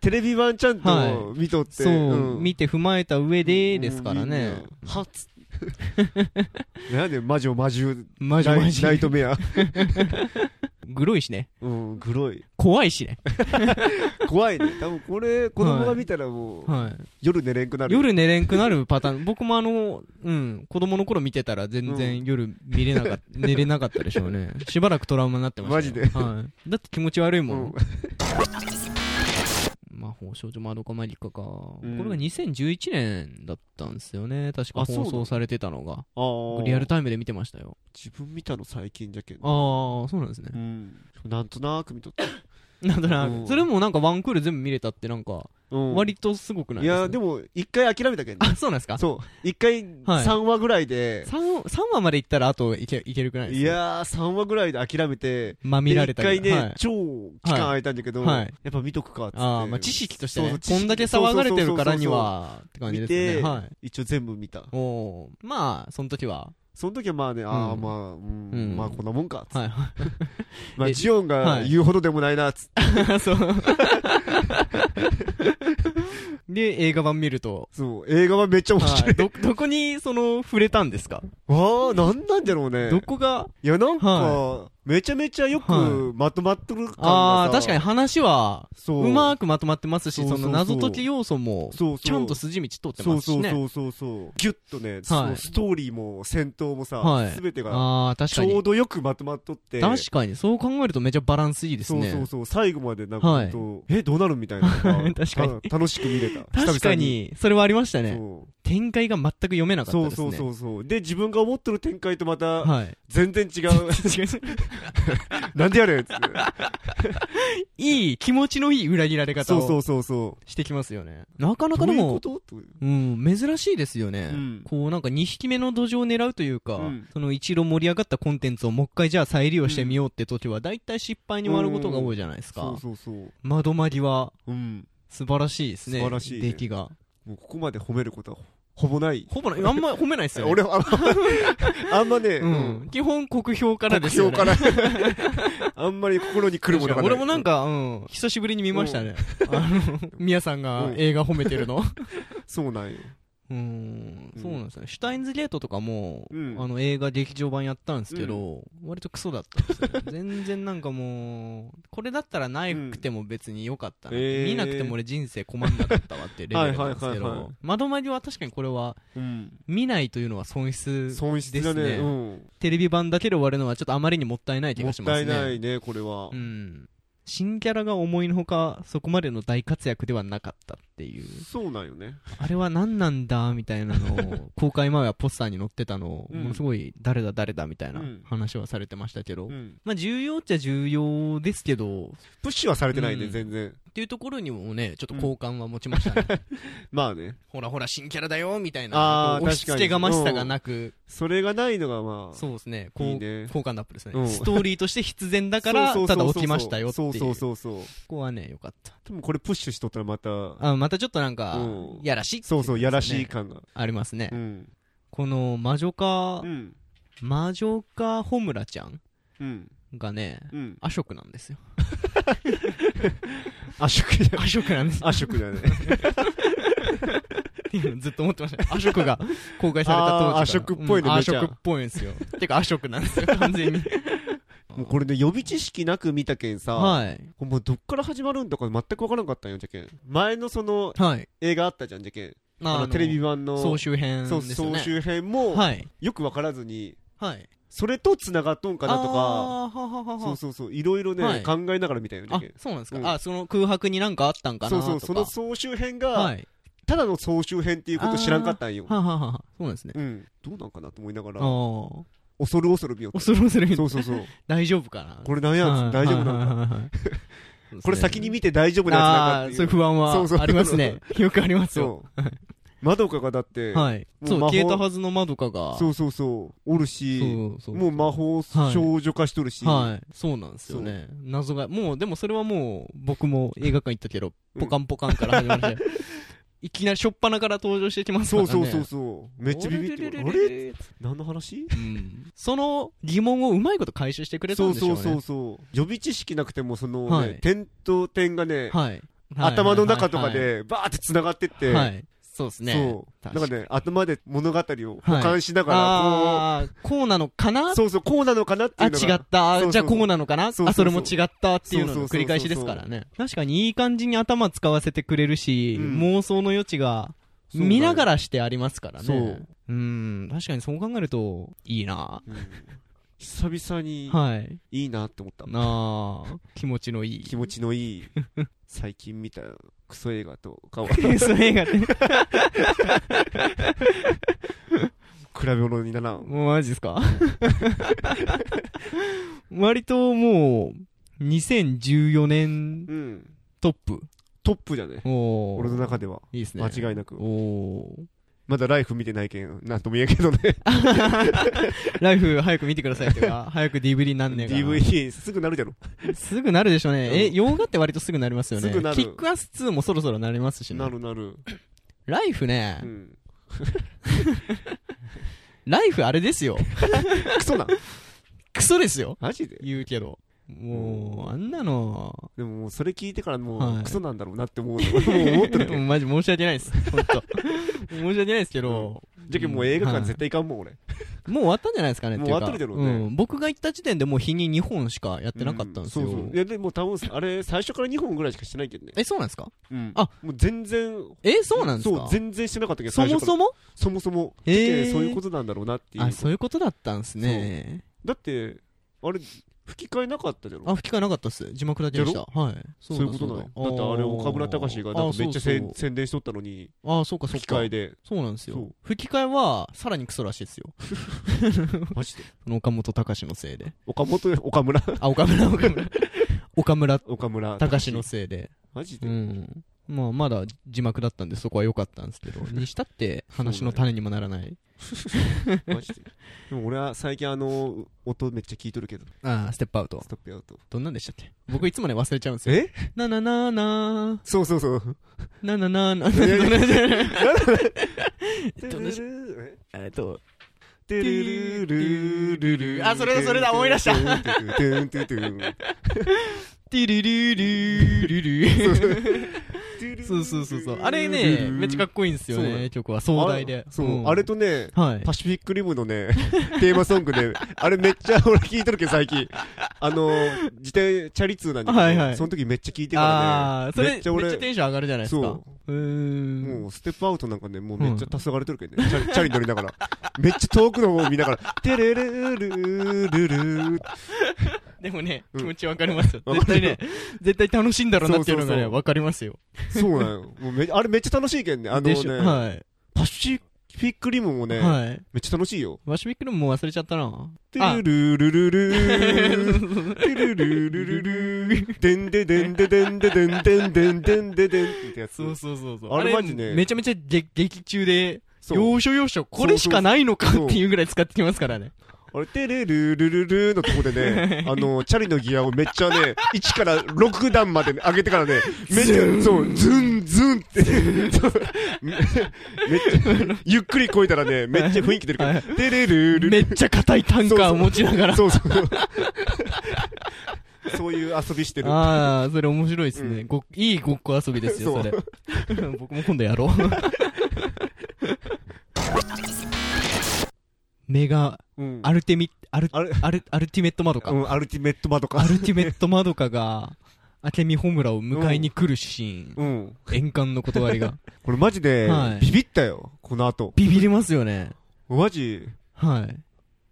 [SPEAKER 3] テレビ版ちゃん
[SPEAKER 2] は
[SPEAKER 3] と見とって。
[SPEAKER 2] そう、
[SPEAKER 3] ん
[SPEAKER 2] 見て踏まえた上でですからね。。
[SPEAKER 3] はっつ なんで魔女魔獣
[SPEAKER 2] マジマジ
[SPEAKER 3] ナイナイ。トメア。
[SPEAKER 2] グロいしね。
[SPEAKER 3] うん、黒い。
[SPEAKER 2] 怖いしね。
[SPEAKER 3] 怖いね。多分これ、子供が見たらもう、
[SPEAKER 2] はい。
[SPEAKER 3] 夜寝れんくなる。
[SPEAKER 2] 夜寝れんくなるパターン。僕もあの、うん、子供の頃見てたら全然夜見れ なかった、寝れなかったでしょうね。しばらくトラウマになってましたよ。
[SPEAKER 3] マジで
[SPEAKER 2] はい。だって気持ち悪いも
[SPEAKER 3] うん
[SPEAKER 2] ん。 魔法少女窓かマリカか。こ
[SPEAKER 3] うん
[SPEAKER 2] れが2011年だったんですよね。確か
[SPEAKER 3] あそうな
[SPEAKER 2] 放
[SPEAKER 3] の
[SPEAKER 2] 送されてたのが。
[SPEAKER 3] あー
[SPEAKER 2] リアルタイムで見てましたよ。
[SPEAKER 3] 自分見たの最近じゃけん。
[SPEAKER 2] ああ、そうなんですね
[SPEAKER 3] う。ん。なんとなく見とった。
[SPEAKER 2] なんとな
[SPEAKER 3] うん
[SPEAKER 2] く。それもなんかワンクール全部見れたってなんか、
[SPEAKER 3] うん
[SPEAKER 2] 割とすごくない
[SPEAKER 3] い
[SPEAKER 2] ですか
[SPEAKER 3] や、でも、一回諦めたけんね。
[SPEAKER 2] あ、そうなんですか
[SPEAKER 3] そう。一回、
[SPEAKER 2] はい
[SPEAKER 3] 3話ぐらいで、
[SPEAKER 2] 3, 三話まで行ったらあといけいけるくないですか
[SPEAKER 3] いやー、3話ぐらいで諦めて、
[SPEAKER 2] ま
[SPEAKER 3] で
[SPEAKER 2] みられ
[SPEAKER 3] 一
[SPEAKER 2] たけ
[SPEAKER 3] 回
[SPEAKER 2] ど
[SPEAKER 3] ね、超期間空いたんだけど、
[SPEAKER 2] は
[SPEAKER 3] や
[SPEAKER 2] い
[SPEAKER 3] っぱ見とくかっつって。
[SPEAKER 2] ああまあ知識として
[SPEAKER 3] そ
[SPEAKER 2] ね
[SPEAKER 3] うそう
[SPEAKER 2] こんだけ騒がれてるからにはって感じ
[SPEAKER 3] 見
[SPEAKER 2] です
[SPEAKER 3] て
[SPEAKER 2] よねはい、
[SPEAKER 3] 一応全部見た。
[SPEAKER 2] おおーまあその時は
[SPEAKER 3] その時はまあね、ああ、
[SPEAKER 2] うん
[SPEAKER 3] まあ、うん
[SPEAKER 2] うん
[SPEAKER 3] まあこんなもんかっつって。
[SPEAKER 2] はい は
[SPEAKER 3] まあ
[SPEAKER 2] え
[SPEAKER 3] ジオンが言うほどでもないなっつって。
[SPEAKER 2] い そうで映画版見ると
[SPEAKER 3] そう、映画はめっちゃ面白
[SPEAKER 2] はい
[SPEAKER 3] い。
[SPEAKER 2] どどこにその触れたんですか
[SPEAKER 3] わあ、なんなんだろう
[SPEAKER 2] ど
[SPEAKER 3] ね。
[SPEAKER 2] こが
[SPEAKER 3] いや、なんか
[SPEAKER 2] は、
[SPEAKER 3] めちゃめちゃよ
[SPEAKER 2] は
[SPEAKER 3] くまとまっとる感がさ
[SPEAKER 2] ああ確かに。話は
[SPEAKER 3] そう。
[SPEAKER 2] うまくまとまってますし
[SPEAKER 3] そうそう
[SPEAKER 2] そ
[SPEAKER 3] そう
[SPEAKER 2] の謎解き要素も
[SPEAKER 3] そうそう。
[SPEAKER 2] ちゃんと筋道通って
[SPEAKER 3] そ
[SPEAKER 2] ま
[SPEAKER 3] う
[SPEAKER 2] すし
[SPEAKER 3] そう
[SPEAKER 2] ね
[SPEAKER 3] そうそうそう。ギュッとね、そのストーリーも戦闘もさ
[SPEAKER 2] はい、
[SPEAKER 3] すべてが
[SPEAKER 2] ああ確
[SPEAKER 3] ち
[SPEAKER 2] かに
[SPEAKER 3] ょうどよくまとまっとって。
[SPEAKER 2] 確かに、そう考えるとめちゃバランスいいです
[SPEAKER 3] そう
[SPEAKER 2] ね。
[SPEAKER 3] そうそう。最後までなんか
[SPEAKER 2] はい
[SPEAKER 3] 本当、え、どうなるみたいなのが。
[SPEAKER 2] 確かに
[SPEAKER 3] た楽しく見れた。
[SPEAKER 2] 確かに、それはありました
[SPEAKER 3] 久々に。
[SPEAKER 2] ね。
[SPEAKER 3] そう
[SPEAKER 2] 展開が全く読めなかった
[SPEAKER 3] そ
[SPEAKER 2] で
[SPEAKER 3] う
[SPEAKER 2] す
[SPEAKER 3] そ
[SPEAKER 2] ね。
[SPEAKER 3] うそうそう。で、自分が思ってる展開とまた、
[SPEAKER 2] はい。
[SPEAKER 3] 全然 違う。なんでやれっつって。
[SPEAKER 2] いい、気持ちのいい裏切られ方
[SPEAKER 3] そうそ
[SPEAKER 2] を
[SPEAKER 3] うそうそ
[SPEAKER 2] してきますよね。なか
[SPEAKER 3] う。
[SPEAKER 2] なか
[SPEAKER 3] ど
[SPEAKER 2] で
[SPEAKER 3] ういう
[SPEAKER 2] も
[SPEAKER 3] こ、とってこと
[SPEAKER 2] うん、珍しいですよね。
[SPEAKER 3] うん
[SPEAKER 2] こうなんか2匹目の土壌を狙うというか、
[SPEAKER 3] うん
[SPEAKER 2] その一度盛り上がったコンテンツをもう一回じゃあ再利用してみようって時は、だいたい失敗に終わることが多いじゃないですか。
[SPEAKER 3] そうそうそう。
[SPEAKER 2] 窓間際、
[SPEAKER 3] うん。
[SPEAKER 2] 素晴らしいですね。
[SPEAKER 3] 素晴らしいね
[SPEAKER 2] 出来が。
[SPEAKER 3] もうここまで褒めることはほぼない。
[SPEAKER 2] ほぼない、あんま褒めないですよ、ね。
[SPEAKER 3] 俺は あんまあんまね、
[SPEAKER 2] う
[SPEAKER 3] うん
[SPEAKER 2] ん、基本国評から
[SPEAKER 3] 目
[SPEAKER 2] ですよ、
[SPEAKER 3] 標
[SPEAKER 2] ね。
[SPEAKER 3] から、あんまり心に来るものがない。
[SPEAKER 2] 俺もなんか、うん、久しぶりに見ましたね。あの、ミヤさんが
[SPEAKER 3] うん
[SPEAKER 2] 映画褒めてるの。
[SPEAKER 3] そうなんよ。
[SPEAKER 2] うん
[SPEAKER 3] う、ん
[SPEAKER 2] そうなんですね。シュタインズゲートとかも、
[SPEAKER 3] うん
[SPEAKER 2] あの映画劇場版やったんですけど、割とクソだったんですよ。 全然なんかもう、これだったらなくても別に良かったなっ
[SPEAKER 3] う
[SPEAKER 2] て、
[SPEAKER 3] ん
[SPEAKER 2] 見なくても俺人生困んなかったわってレベルなんですけ
[SPEAKER 3] はいはいはいはい
[SPEAKER 2] ど、窓まりは確かにこれは、
[SPEAKER 3] うん。
[SPEAKER 2] 見ないというのは損失。
[SPEAKER 3] 損失だね。
[SPEAKER 2] ですね
[SPEAKER 3] うん。
[SPEAKER 2] テレビ版だけで終わるのはちょっとあまりにもったいない気
[SPEAKER 3] も
[SPEAKER 2] が
[SPEAKER 3] っ
[SPEAKER 2] しま
[SPEAKER 3] た
[SPEAKER 2] す
[SPEAKER 3] い
[SPEAKER 2] ね。
[SPEAKER 3] ないね、これは
[SPEAKER 2] う。ん、新キャラが思いのほかそこまでの大活躍ではなかったっていう
[SPEAKER 3] そうなんよね。
[SPEAKER 2] あれは何なんだみたいなのを公開前はポスターに載ってたのを、
[SPEAKER 3] うん
[SPEAKER 2] ものすごい誰だ誰だみたいな
[SPEAKER 3] うん
[SPEAKER 2] 話はされてましたけど、
[SPEAKER 3] うん。
[SPEAKER 2] まあ重要っちゃ重要ですけど
[SPEAKER 3] プッシュはされてないね、
[SPEAKER 2] うん
[SPEAKER 3] 全然。
[SPEAKER 2] っていうところにもねちょっと好感は持ちましたね、
[SPEAKER 3] まあね。
[SPEAKER 2] ほらほら新キャラだよみたい
[SPEAKER 3] あ
[SPEAKER 2] な
[SPEAKER 3] ー
[SPEAKER 2] こう押し付けがましさがなく、
[SPEAKER 3] それがないのがまあ、
[SPEAKER 2] そうですねこう
[SPEAKER 3] いいね。
[SPEAKER 2] 好感度アップですね、
[SPEAKER 3] うん
[SPEAKER 2] ストーリーとして必然だから
[SPEAKER 3] そうそ
[SPEAKER 2] た
[SPEAKER 3] うそうそ
[SPEAKER 2] だ
[SPEAKER 3] う
[SPEAKER 2] 起きましたよっていう
[SPEAKER 3] そうそうそうそう。
[SPEAKER 2] ここはね良かった
[SPEAKER 3] 多分これプッシュしとったらまた、
[SPEAKER 2] あまたちょっとなんか、
[SPEAKER 3] うん
[SPEAKER 2] やらしいってい
[SPEAKER 3] そうそう、やらしい
[SPEAKER 2] ね
[SPEAKER 3] 感が。
[SPEAKER 2] ありますね、
[SPEAKER 3] うん。
[SPEAKER 2] この魔女化、
[SPEAKER 3] うん。
[SPEAKER 2] 魔女化ホムラちゃん
[SPEAKER 3] うん。
[SPEAKER 2] がね
[SPEAKER 3] うん。
[SPEAKER 2] ア色な んですよ
[SPEAKER 3] 圧縮じゃ
[SPEAKER 2] ア色なんです
[SPEAKER 3] 圧縮だ ね。
[SPEAKER 2] っていうのずっと思ってました ア色が公開された当時から
[SPEAKER 3] あーアショクっぽいね
[SPEAKER 2] うんア
[SPEAKER 3] めち
[SPEAKER 2] シ
[SPEAKER 3] ゃ
[SPEAKER 2] ョクっぽいんですよてかア色なんですよ完全に
[SPEAKER 3] もうこれね、予備知識なく見たけんさ、
[SPEAKER 2] はい。
[SPEAKER 3] もうどっから始まるんとか全く分からんかったんよ、じゃけん。前のその
[SPEAKER 2] はい。
[SPEAKER 3] 映画あったじゃん、じゃけん。
[SPEAKER 2] ま
[SPEAKER 3] あのテレビ版の
[SPEAKER 2] 総集編です
[SPEAKER 3] そ
[SPEAKER 2] よ
[SPEAKER 3] う
[SPEAKER 2] ね。
[SPEAKER 3] 総集編も、
[SPEAKER 2] はい。
[SPEAKER 3] よく分からずに、
[SPEAKER 2] はい。
[SPEAKER 3] それと繋がっとんかなとか、
[SPEAKER 2] あーはははは
[SPEAKER 3] そうそうそう、いろいろね、
[SPEAKER 2] はい
[SPEAKER 3] 考えながら見たよ、じゃ
[SPEAKER 2] あ
[SPEAKER 3] けん。
[SPEAKER 2] そうなんです
[SPEAKER 3] うん
[SPEAKER 2] か。あ、その空白になんかあったんか
[SPEAKER 3] そ
[SPEAKER 2] なと
[SPEAKER 3] う
[SPEAKER 2] か。
[SPEAKER 3] そう、その総集編が、
[SPEAKER 2] はい。
[SPEAKER 3] ただの総集編っていうこと知らんかったんよ。
[SPEAKER 2] はははは。そうなんですね。
[SPEAKER 3] うん。どうなんかなと思いなが
[SPEAKER 2] あ
[SPEAKER 3] ら、
[SPEAKER 2] ー
[SPEAKER 3] 恐る恐る見よった
[SPEAKER 2] 恐る恐る
[SPEAKER 3] そうそう そう。
[SPEAKER 2] 大丈夫かな
[SPEAKER 3] これなんやつ、
[SPEAKER 2] はい
[SPEAKER 3] 大丈夫なの
[SPEAKER 2] はいはいはいはい
[SPEAKER 3] これ先に見て大丈夫なやつな
[SPEAKER 2] ああ
[SPEAKER 3] んか
[SPEAKER 2] ー、
[SPEAKER 3] っ
[SPEAKER 2] そ
[SPEAKER 3] てい
[SPEAKER 2] ういうう。不安
[SPEAKER 3] そうそう
[SPEAKER 2] はありま すね。よくありますよ。
[SPEAKER 3] そう。窓かがだって、
[SPEAKER 2] はい。
[SPEAKER 3] もう
[SPEAKER 2] そう、
[SPEAKER 3] 魔法
[SPEAKER 2] 消えたはずの窓かが。
[SPEAKER 3] そうそうそう、おるし、
[SPEAKER 2] そうそう
[SPEAKER 3] もう魔法少女化しとるし、
[SPEAKER 2] はい。そうなんですよね。謎が。もう、でもそれはもう、僕も映画館行ったけど、
[SPEAKER 3] うん
[SPEAKER 2] ポカンポカンから始 まって、いきなり初っ端から登場してきますか
[SPEAKER 3] そ
[SPEAKER 2] ら
[SPEAKER 3] う
[SPEAKER 2] ね。
[SPEAKER 3] そうそうそう、めっちゃビビって
[SPEAKER 2] おれ
[SPEAKER 3] る。
[SPEAKER 2] れれ
[SPEAKER 3] あ
[SPEAKER 2] れれ
[SPEAKER 3] れ何の話
[SPEAKER 2] うんその疑問をうまいこと回収してくれた
[SPEAKER 3] そ
[SPEAKER 2] ん
[SPEAKER 3] う
[SPEAKER 2] でしょう
[SPEAKER 3] そう
[SPEAKER 2] ね。
[SPEAKER 3] そうそう。予備知識なくても、そのね、
[SPEAKER 2] はい
[SPEAKER 3] 点と点がね、
[SPEAKER 2] はい。
[SPEAKER 3] 頭の中とかで、バーって繋がってって、
[SPEAKER 2] はい。はい。そうですね。
[SPEAKER 3] そう。
[SPEAKER 2] 確
[SPEAKER 3] なんかね、頭で物語を保管しながら、
[SPEAKER 2] ああ、こうなのか
[SPEAKER 3] こ
[SPEAKER 2] な
[SPEAKER 3] う、 そうそう、こうなのかなって
[SPEAKER 2] あ、
[SPEAKER 3] い
[SPEAKER 2] 違
[SPEAKER 3] うのが。
[SPEAKER 2] った。
[SPEAKER 3] そうそう
[SPEAKER 2] あじゃあこうなのかな
[SPEAKER 3] そうそうそう
[SPEAKER 2] あ、それも違ったっていうのの繰り返しですからね。確かにいい感じに頭使わせてくれるし、
[SPEAKER 3] うん
[SPEAKER 2] 妄想の余地が
[SPEAKER 3] そうだよ
[SPEAKER 2] 見ながらしてありますからね。
[SPEAKER 3] そう
[SPEAKER 2] うん、確かにそう考えると、いいな
[SPEAKER 3] うん久々に、
[SPEAKER 2] はい。
[SPEAKER 3] いいなって思った。
[SPEAKER 2] なあ気持ちのいい。
[SPEAKER 3] 気持ちの いい、最近見たクソ映画とかは
[SPEAKER 2] その映画って、
[SPEAKER 3] 比べ物にならん。
[SPEAKER 2] もうマジで すか割ともう、2014年
[SPEAKER 3] うん。
[SPEAKER 2] トップ。
[SPEAKER 3] トップじゃね。
[SPEAKER 2] おー
[SPEAKER 3] 俺の中では。
[SPEAKER 2] いいですね。
[SPEAKER 3] 間違いなく。
[SPEAKER 2] おー
[SPEAKER 3] まだライフ見てないけん、なんとも言えんけどね。
[SPEAKER 2] ライフ早く見てくださいと か、早く DVD なんねえかな。
[SPEAKER 3] DVD すぐなるじゃろ。
[SPEAKER 2] すぐなるでしょうね。
[SPEAKER 3] う
[SPEAKER 2] え、洋画って割とすぐなりますよね。
[SPEAKER 3] すぐなる
[SPEAKER 2] キックアス2もそろそろなりますしね。
[SPEAKER 3] なるなる。
[SPEAKER 2] ライフね、
[SPEAKER 3] うん。
[SPEAKER 2] ライフあれで すよ。
[SPEAKER 3] ク ソな。
[SPEAKER 2] クソですよ。
[SPEAKER 3] マジで
[SPEAKER 2] 言うけど。もう、あんなの、
[SPEAKER 3] でももうそれ聞いてからも
[SPEAKER 2] は
[SPEAKER 3] う
[SPEAKER 2] い
[SPEAKER 3] クソなんだろうなって思う。もう思ってるけ。
[SPEAKER 2] もうん マジ申し訳ないです。本当申し訳ないですけど、
[SPEAKER 3] じゃけんもう映画
[SPEAKER 2] うん
[SPEAKER 3] 館絶対行かんもん俺。
[SPEAKER 2] もう終わったんじゃないですかね。
[SPEAKER 3] もう
[SPEAKER 2] ていか
[SPEAKER 3] 終わってるだろうね
[SPEAKER 2] ん僕が行った時点でもう日に2本しかやってなかったんですよ。
[SPEAKER 3] うそうそういやでも多分、あれ最初から2本ぐらいしかしてないけどね。
[SPEAKER 2] え、そうなんですか
[SPEAKER 3] うん。
[SPEAKER 2] あ
[SPEAKER 3] もう全然。
[SPEAKER 2] え、そうなんですか
[SPEAKER 3] そう、全然してなかったけど、
[SPEAKER 2] そ
[SPEAKER 3] 最
[SPEAKER 2] も
[SPEAKER 3] 初から
[SPEAKER 2] そも
[SPEAKER 3] そもそも。
[SPEAKER 2] へー
[SPEAKER 3] でそういうことなんだろうなっていう。
[SPEAKER 2] あ、そういうことだったんですね。
[SPEAKER 3] だって、あれ、吹き替えなかったじゃろ
[SPEAKER 2] あ、吹き替えなかったっす。字幕だけでした。はい。
[SPEAKER 3] そ
[SPEAKER 2] そ
[SPEAKER 3] い
[SPEAKER 2] うだ
[SPEAKER 3] うことな
[SPEAKER 2] だ
[SPEAKER 3] い。だってあれ、岡村隆史がなんかめっちゃせん宣伝しとったのに、
[SPEAKER 2] あーあー、そうか、そう
[SPEAKER 3] 吹き
[SPEAKER 2] か
[SPEAKER 3] 替え。で。
[SPEAKER 2] そうなんです
[SPEAKER 3] そ
[SPEAKER 2] よ
[SPEAKER 3] う。
[SPEAKER 2] 吹き替えは、さらにクソらしいですよ。
[SPEAKER 3] マジで。
[SPEAKER 2] その岡本隆史のせいで。
[SPEAKER 3] 岡本、岡村
[SPEAKER 2] あ、岡村、岡村。 岡村
[SPEAKER 3] 岡村。
[SPEAKER 2] 隆史の。せいで。
[SPEAKER 3] マジ
[SPEAKER 2] う
[SPEAKER 3] で。
[SPEAKER 2] ん。まあ、まだ字幕だったんで、そこは良かったんで すけど、にしたって話の種にもならない。
[SPEAKER 3] マジで。でも俺は最近あの、音めっちゃ聞いとるけど、
[SPEAKER 2] ああ、ステップアウト
[SPEAKER 3] ス。トップアウト。
[SPEAKER 2] どんなんでしたっけ僕いつもね、忘れちゃうんですよ。
[SPEAKER 3] え
[SPEAKER 2] なななな
[SPEAKER 3] そうそうそう。
[SPEAKER 2] なななな
[SPEAKER 3] やい
[SPEAKER 2] どんなし
[SPEAKER 3] え
[SPEAKER 2] えっと、
[SPEAKER 3] てるるるるるる
[SPEAKER 2] あそれだそれだ思い出した
[SPEAKER 3] た。トゥントゥントゥントゥン
[SPEAKER 2] ティルルルルルル。そうそうそうそう。あれね、めっちゃかっこいいんですよ
[SPEAKER 3] そうなの
[SPEAKER 2] ね、曲は。壮大で
[SPEAKER 3] あ。そう、
[SPEAKER 2] ん
[SPEAKER 3] あれ。とね、
[SPEAKER 2] はい。
[SPEAKER 3] パシフィックリムのね、テーマソングで、あれめっちゃ俺聞いとるけど最近。あの、自転、チャリ通なんだけど、
[SPEAKER 2] はいはい
[SPEAKER 3] その時めっちゃ聞いてから
[SPEAKER 2] あ
[SPEAKER 3] ね。
[SPEAKER 2] ー、それ
[SPEAKER 3] め
[SPEAKER 2] め
[SPEAKER 3] っ
[SPEAKER 2] っ
[SPEAKER 3] ち
[SPEAKER 2] ち
[SPEAKER 3] ゃ
[SPEAKER 2] ゃ
[SPEAKER 3] 俺、
[SPEAKER 2] テンション上がるじゃないですか。
[SPEAKER 3] そう
[SPEAKER 2] ーん。
[SPEAKER 3] もうステップアウトなんかね、もうめっちゃ黄昏れとるけどね、チャリチャリ乗りながら。めっちゃ遠くの方見ながら、てれれるるるる
[SPEAKER 2] でもね、
[SPEAKER 3] うん
[SPEAKER 2] 気持ちわかりますよ。
[SPEAKER 3] わ
[SPEAKER 2] 絶
[SPEAKER 3] かる
[SPEAKER 2] 対ね、絶対楽しいんだろうなっていうのが
[SPEAKER 3] そうそ
[SPEAKER 2] ね、
[SPEAKER 3] うそう
[SPEAKER 2] わかりますよ。
[SPEAKER 3] そうなの。もうめあれめっちゃ楽しいけんね。あの
[SPEAKER 2] でしょ
[SPEAKER 3] ね、
[SPEAKER 2] はい。
[SPEAKER 3] パシフィックリムもね、
[SPEAKER 2] はい。
[SPEAKER 3] めっちゃ楽しいよ。
[SPEAKER 2] ワシビックルームもう忘れちゃっ たな。
[SPEAKER 3] てるるるるるる。てるるるるる。でんででんででんででんでんでんでんででんってやつ。
[SPEAKER 2] そうそうそうそう。
[SPEAKER 3] あれマジね
[SPEAKER 2] めちゃめちゃげ劇中で、
[SPEAKER 3] そう。
[SPEAKER 2] 要所要所、これしかないのかっていうぐらい使ってきますからね。
[SPEAKER 3] あれ、てれるるるるのとこでね、あの、チャリのギアをめっちゃね、1から6段までね上げてからね、めっちゃ、そう、ズンズンって、そうめめっちゃ、ゆっくりこいたらね、めっちゃ雰囲気出るから、てれるる
[SPEAKER 2] め
[SPEAKER 3] る。
[SPEAKER 2] っちゃ硬い単価を持ちながら。
[SPEAKER 3] そうそう。そういう遊びしてる。
[SPEAKER 2] ああ、それ面白いですね。
[SPEAKER 3] うん
[SPEAKER 2] ごいいごっこ遊びですよ、それ。 僕も今度やろう。メガ
[SPEAKER 3] うん。
[SPEAKER 2] アルテミ、アル、
[SPEAKER 3] あれ
[SPEAKER 2] アル、アルティメットマドカ
[SPEAKER 3] う。ん、アルティメットマと
[SPEAKER 2] ア
[SPEAKER 3] か。
[SPEAKER 2] ルティメットマドカが、アケミホムラを迎えに来るシーン。
[SPEAKER 3] うん。
[SPEAKER 2] 円環の断りが。
[SPEAKER 3] これマジで
[SPEAKER 2] は、い
[SPEAKER 3] ビビったよ。この後。
[SPEAKER 2] ビビりますよね。
[SPEAKER 3] マジ、
[SPEAKER 2] はい。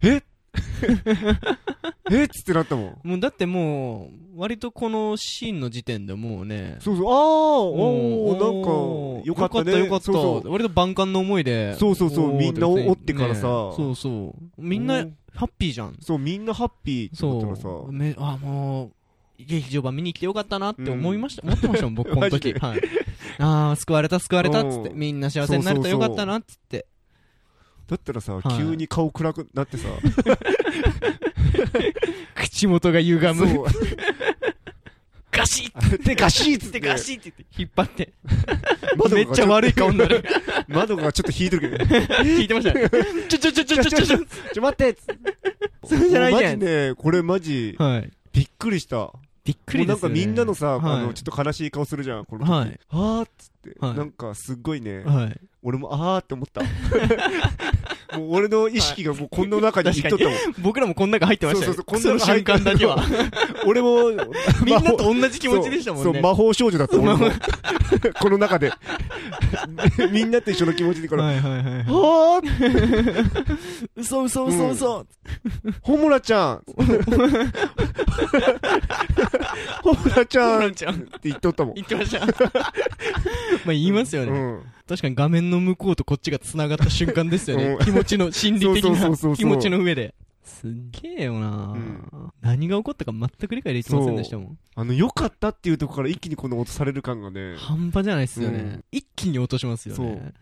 [SPEAKER 3] え えっつってなったもん。
[SPEAKER 2] もうだってもう、割とこのシーンの時点でもうね、
[SPEAKER 3] そうそう、ああ、お
[SPEAKER 2] うん
[SPEAKER 3] お
[SPEAKER 2] お
[SPEAKER 3] な
[SPEAKER 2] ー
[SPEAKER 3] んか、よかったね。
[SPEAKER 2] よかった、
[SPEAKER 3] そうそう
[SPEAKER 2] 割と万感の思いで。
[SPEAKER 3] そうそうそう
[SPEAKER 2] おー
[SPEAKER 3] みんな
[SPEAKER 2] って
[SPEAKER 3] おってからさ
[SPEAKER 2] ねそうそう。みんな、
[SPEAKER 3] うん
[SPEAKER 2] ハッピーじゃん。
[SPEAKER 3] そう、みんなハッピーって
[SPEAKER 2] そ
[SPEAKER 3] なったらさ。
[SPEAKER 2] う。め、あ、もう、劇場版見に来てよかったなって思いました、思ってましたも ん、僕、この時。
[SPEAKER 3] マ
[SPEAKER 2] はい。ああ、救われた、救われた、つって。
[SPEAKER 3] うん
[SPEAKER 2] みんな幸せになれたよかったな、つって。
[SPEAKER 3] だったらさ、
[SPEAKER 2] はい
[SPEAKER 3] 急に顔暗くなってさ。
[SPEAKER 2] 口元が歪む。
[SPEAKER 3] う。
[SPEAKER 2] ガシッ
[SPEAKER 3] 手ガシーつ
[SPEAKER 2] つ
[SPEAKER 3] っ。
[SPEAKER 2] ってて、ガシッって言って、引っ張って。
[SPEAKER 3] 窓
[SPEAKER 2] め
[SPEAKER 3] が
[SPEAKER 2] っちゃ悪い顔に なる。
[SPEAKER 3] 窓がちょっと引いてるけど。
[SPEAKER 2] 聞いて ましたね。ちょちょちょちょちょちょ ち
[SPEAKER 3] ちょ、待ってっつって
[SPEAKER 2] ょ。それじゃないじゃ
[SPEAKER 3] マジね、これマジ、
[SPEAKER 2] ん。はい。
[SPEAKER 3] びっくりした。
[SPEAKER 2] びっくりですよね
[SPEAKER 3] もうなんかみんなのさ、
[SPEAKER 2] は
[SPEAKER 3] あ
[SPEAKER 2] い
[SPEAKER 3] の、ちょっと悲しい顔するじゃん、この時。
[SPEAKER 2] はい
[SPEAKER 3] あーっつって、
[SPEAKER 2] はい
[SPEAKER 3] なんかすっごいね、
[SPEAKER 2] はい。
[SPEAKER 3] 俺もあーって思った。もう俺の意識がもうこんな中にいっとったもん。
[SPEAKER 2] 僕らもこん中入ってましたよ
[SPEAKER 3] そうそうそうこん中入
[SPEAKER 2] そ
[SPEAKER 3] っ
[SPEAKER 2] の瞬間だけは。
[SPEAKER 3] 俺も、
[SPEAKER 2] みんなと同じ気持ちでしたもん
[SPEAKER 3] そうそ
[SPEAKER 2] ね。
[SPEAKER 3] う、魔法少女だった俺も
[SPEAKER 2] 魔
[SPEAKER 3] この 中で。みんなと一緒の気持ちで、この、
[SPEAKER 2] はいはいはいはい。
[SPEAKER 3] あー
[SPEAKER 2] 嘘嘘嘘嘘。
[SPEAKER 3] ホムラちゃんホムラち
[SPEAKER 2] ホ
[SPEAKER 3] ゃん
[SPEAKER 2] ラ
[SPEAKER 3] っ
[SPEAKER 2] ン
[SPEAKER 3] て
[SPEAKER 2] ちゃん。
[SPEAKER 3] 言っとったもん。
[SPEAKER 2] 言って ました。まあ言いますよ
[SPEAKER 3] う
[SPEAKER 2] ね。
[SPEAKER 3] ん。
[SPEAKER 2] 確かに画面の向こうとこっちが繋がった瞬間ですよね
[SPEAKER 3] う。ん
[SPEAKER 2] 気持ちの、心理的
[SPEAKER 3] そうそうそうそうそ
[SPEAKER 2] な
[SPEAKER 3] う
[SPEAKER 2] 気持ちの上で。すっげえよな
[SPEAKER 3] うん
[SPEAKER 2] 何が起こったか全く理解できてませんでしたもん。
[SPEAKER 3] あの、良かったっていうとこから一気にこの落とされる感がね、
[SPEAKER 2] 半端じゃないっすよね。
[SPEAKER 3] うん
[SPEAKER 2] 一気に落としますよね。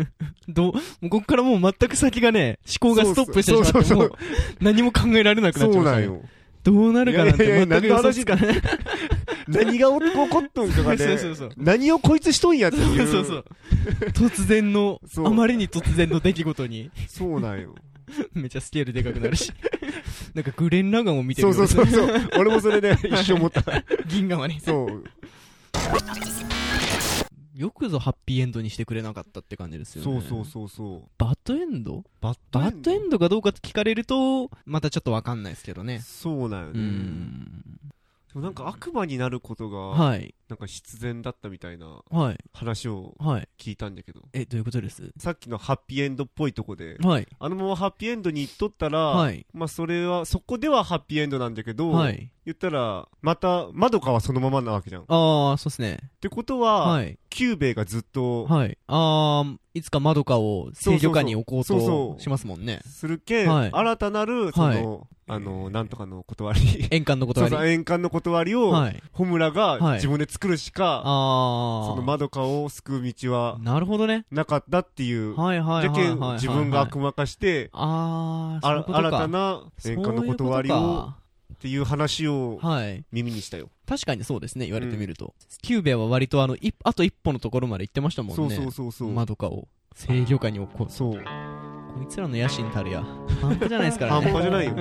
[SPEAKER 2] どう、もうこっからもう全く先がね、思考がストップしてしま
[SPEAKER 3] そう
[SPEAKER 2] って、
[SPEAKER 3] そう
[SPEAKER 2] も
[SPEAKER 3] そう
[SPEAKER 2] う何も考えられなくなっちゃ
[SPEAKER 3] そ
[SPEAKER 2] いうまし
[SPEAKER 3] な
[SPEAKER 2] た
[SPEAKER 3] ん
[SPEAKER 2] ね。
[SPEAKER 3] よ。
[SPEAKER 2] どうなるかなんて
[SPEAKER 3] いやいやいや
[SPEAKER 2] 全く予想つかない。
[SPEAKER 3] 何が起こっとんかがね、
[SPEAKER 2] そうそうそう
[SPEAKER 3] 何をこいつしとんやっていう。
[SPEAKER 2] そうそう。突然の、
[SPEAKER 3] そう
[SPEAKER 2] あまりに突然の出来事に、
[SPEAKER 3] そうなんよ。
[SPEAKER 2] めっちゃスケールでかくなるし。なんかグレン・ラガンを見て
[SPEAKER 3] そ
[SPEAKER 2] る
[SPEAKER 3] う
[SPEAKER 2] よ
[SPEAKER 3] そうそうそう。 俺もそれね、一生思った。
[SPEAKER 2] 銀河はね。
[SPEAKER 3] そう。
[SPEAKER 2] よくぞハッピーエンドにしてくれなかったって感じですよ
[SPEAKER 3] そ
[SPEAKER 2] ね。
[SPEAKER 3] うそうそうそう。
[SPEAKER 2] バッドエンド
[SPEAKER 3] バッ
[SPEAKER 2] バッドエンドかどうかって聞かれると、またちょっとわかんないですけどね。
[SPEAKER 3] そうなんよ
[SPEAKER 2] う
[SPEAKER 3] ね。
[SPEAKER 2] ん。
[SPEAKER 3] でもなんか悪魔になることが、
[SPEAKER 2] はい。
[SPEAKER 3] なんか必然だったみたいな
[SPEAKER 2] はい。
[SPEAKER 3] 話を
[SPEAKER 2] はい。
[SPEAKER 3] 聞いたんだけど。
[SPEAKER 2] え、どういうことです
[SPEAKER 3] さっきのハッピーエンドっぽいとこで、
[SPEAKER 2] はい。
[SPEAKER 3] あのままハッピーエンドに行っとった
[SPEAKER 2] は
[SPEAKER 3] ら、
[SPEAKER 2] い。
[SPEAKER 3] まあそれは、そこではハッピーエンドなんだけど、
[SPEAKER 2] はい。
[SPEAKER 3] 言ったら、また、まどかはそのままなわけじゃん。っ
[SPEAKER 2] ああ、そうですね。
[SPEAKER 3] てことは、
[SPEAKER 2] はい。
[SPEAKER 3] キューベイがずっと、
[SPEAKER 2] はい。ああ、いつか窓かを制御下に置こう
[SPEAKER 3] そうそうそう
[SPEAKER 2] としますもんね。
[SPEAKER 3] するけん、
[SPEAKER 2] はい
[SPEAKER 3] 新たなる、その、あ
[SPEAKER 2] え
[SPEAKER 3] の、
[SPEAKER 2] ー
[SPEAKER 3] なんとかの断 り、
[SPEAKER 2] 円環のこと
[SPEAKER 3] そ
[SPEAKER 2] わ
[SPEAKER 3] うそ
[SPEAKER 2] り。
[SPEAKER 3] う、
[SPEAKER 2] はい。
[SPEAKER 3] 円環の断りを、
[SPEAKER 2] あ
[SPEAKER 3] ホムラが
[SPEAKER 2] はい
[SPEAKER 3] 自分で作るしか、
[SPEAKER 2] あー。
[SPEAKER 3] その窓かを救う道は
[SPEAKER 2] なるほどね。
[SPEAKER 3] なかったっていう、
[SPEAKER 2] はいはい
[SPEAKER 3] じゃ
[SPEAKER 2] はいは
[SPEAKER 3] け
[SPEAKER 2] い
[SPEAKER 3] ん
[SPEAKER 2] はい。
[SPEAKER 3] 自分が悪魔化して、
[SPEAKER 2] ああ、
[SPEAKER 3] あ
[SPEAKER 2] そういう
[SPEAKER 3] ら
[SPEAKER 2] こと
[SPEAKER 3] 新
[SPEAKER 2] か。
[SPEAKER 3] たな円環の断り
[SPEAKER 2] そういう
[SPEAKER 3] を
[SPEAKER 2] こ
[SPEAKER 3] っていう話を
[SPEAKER 2] とかはい。
[SPEAKER 3] 耳にしたよ。
[SPEAKER 2] 確かにそうですね、言われてみると。キューベは割とあの、一あと一歩のところまで行ってましたもんね。
[SPEAKER 3] そうそうそうそう。
[SPEAKER 2] 窓かを制御下に置こう。
[SPEAKER 3] そう。
[SPEAKER 2] こいつらの野心たるや。半端じゃないですから
[SPEAKER 3] 半
[SPEAKER 2] ね。
[SPEAKER 3] 端じゃないよ。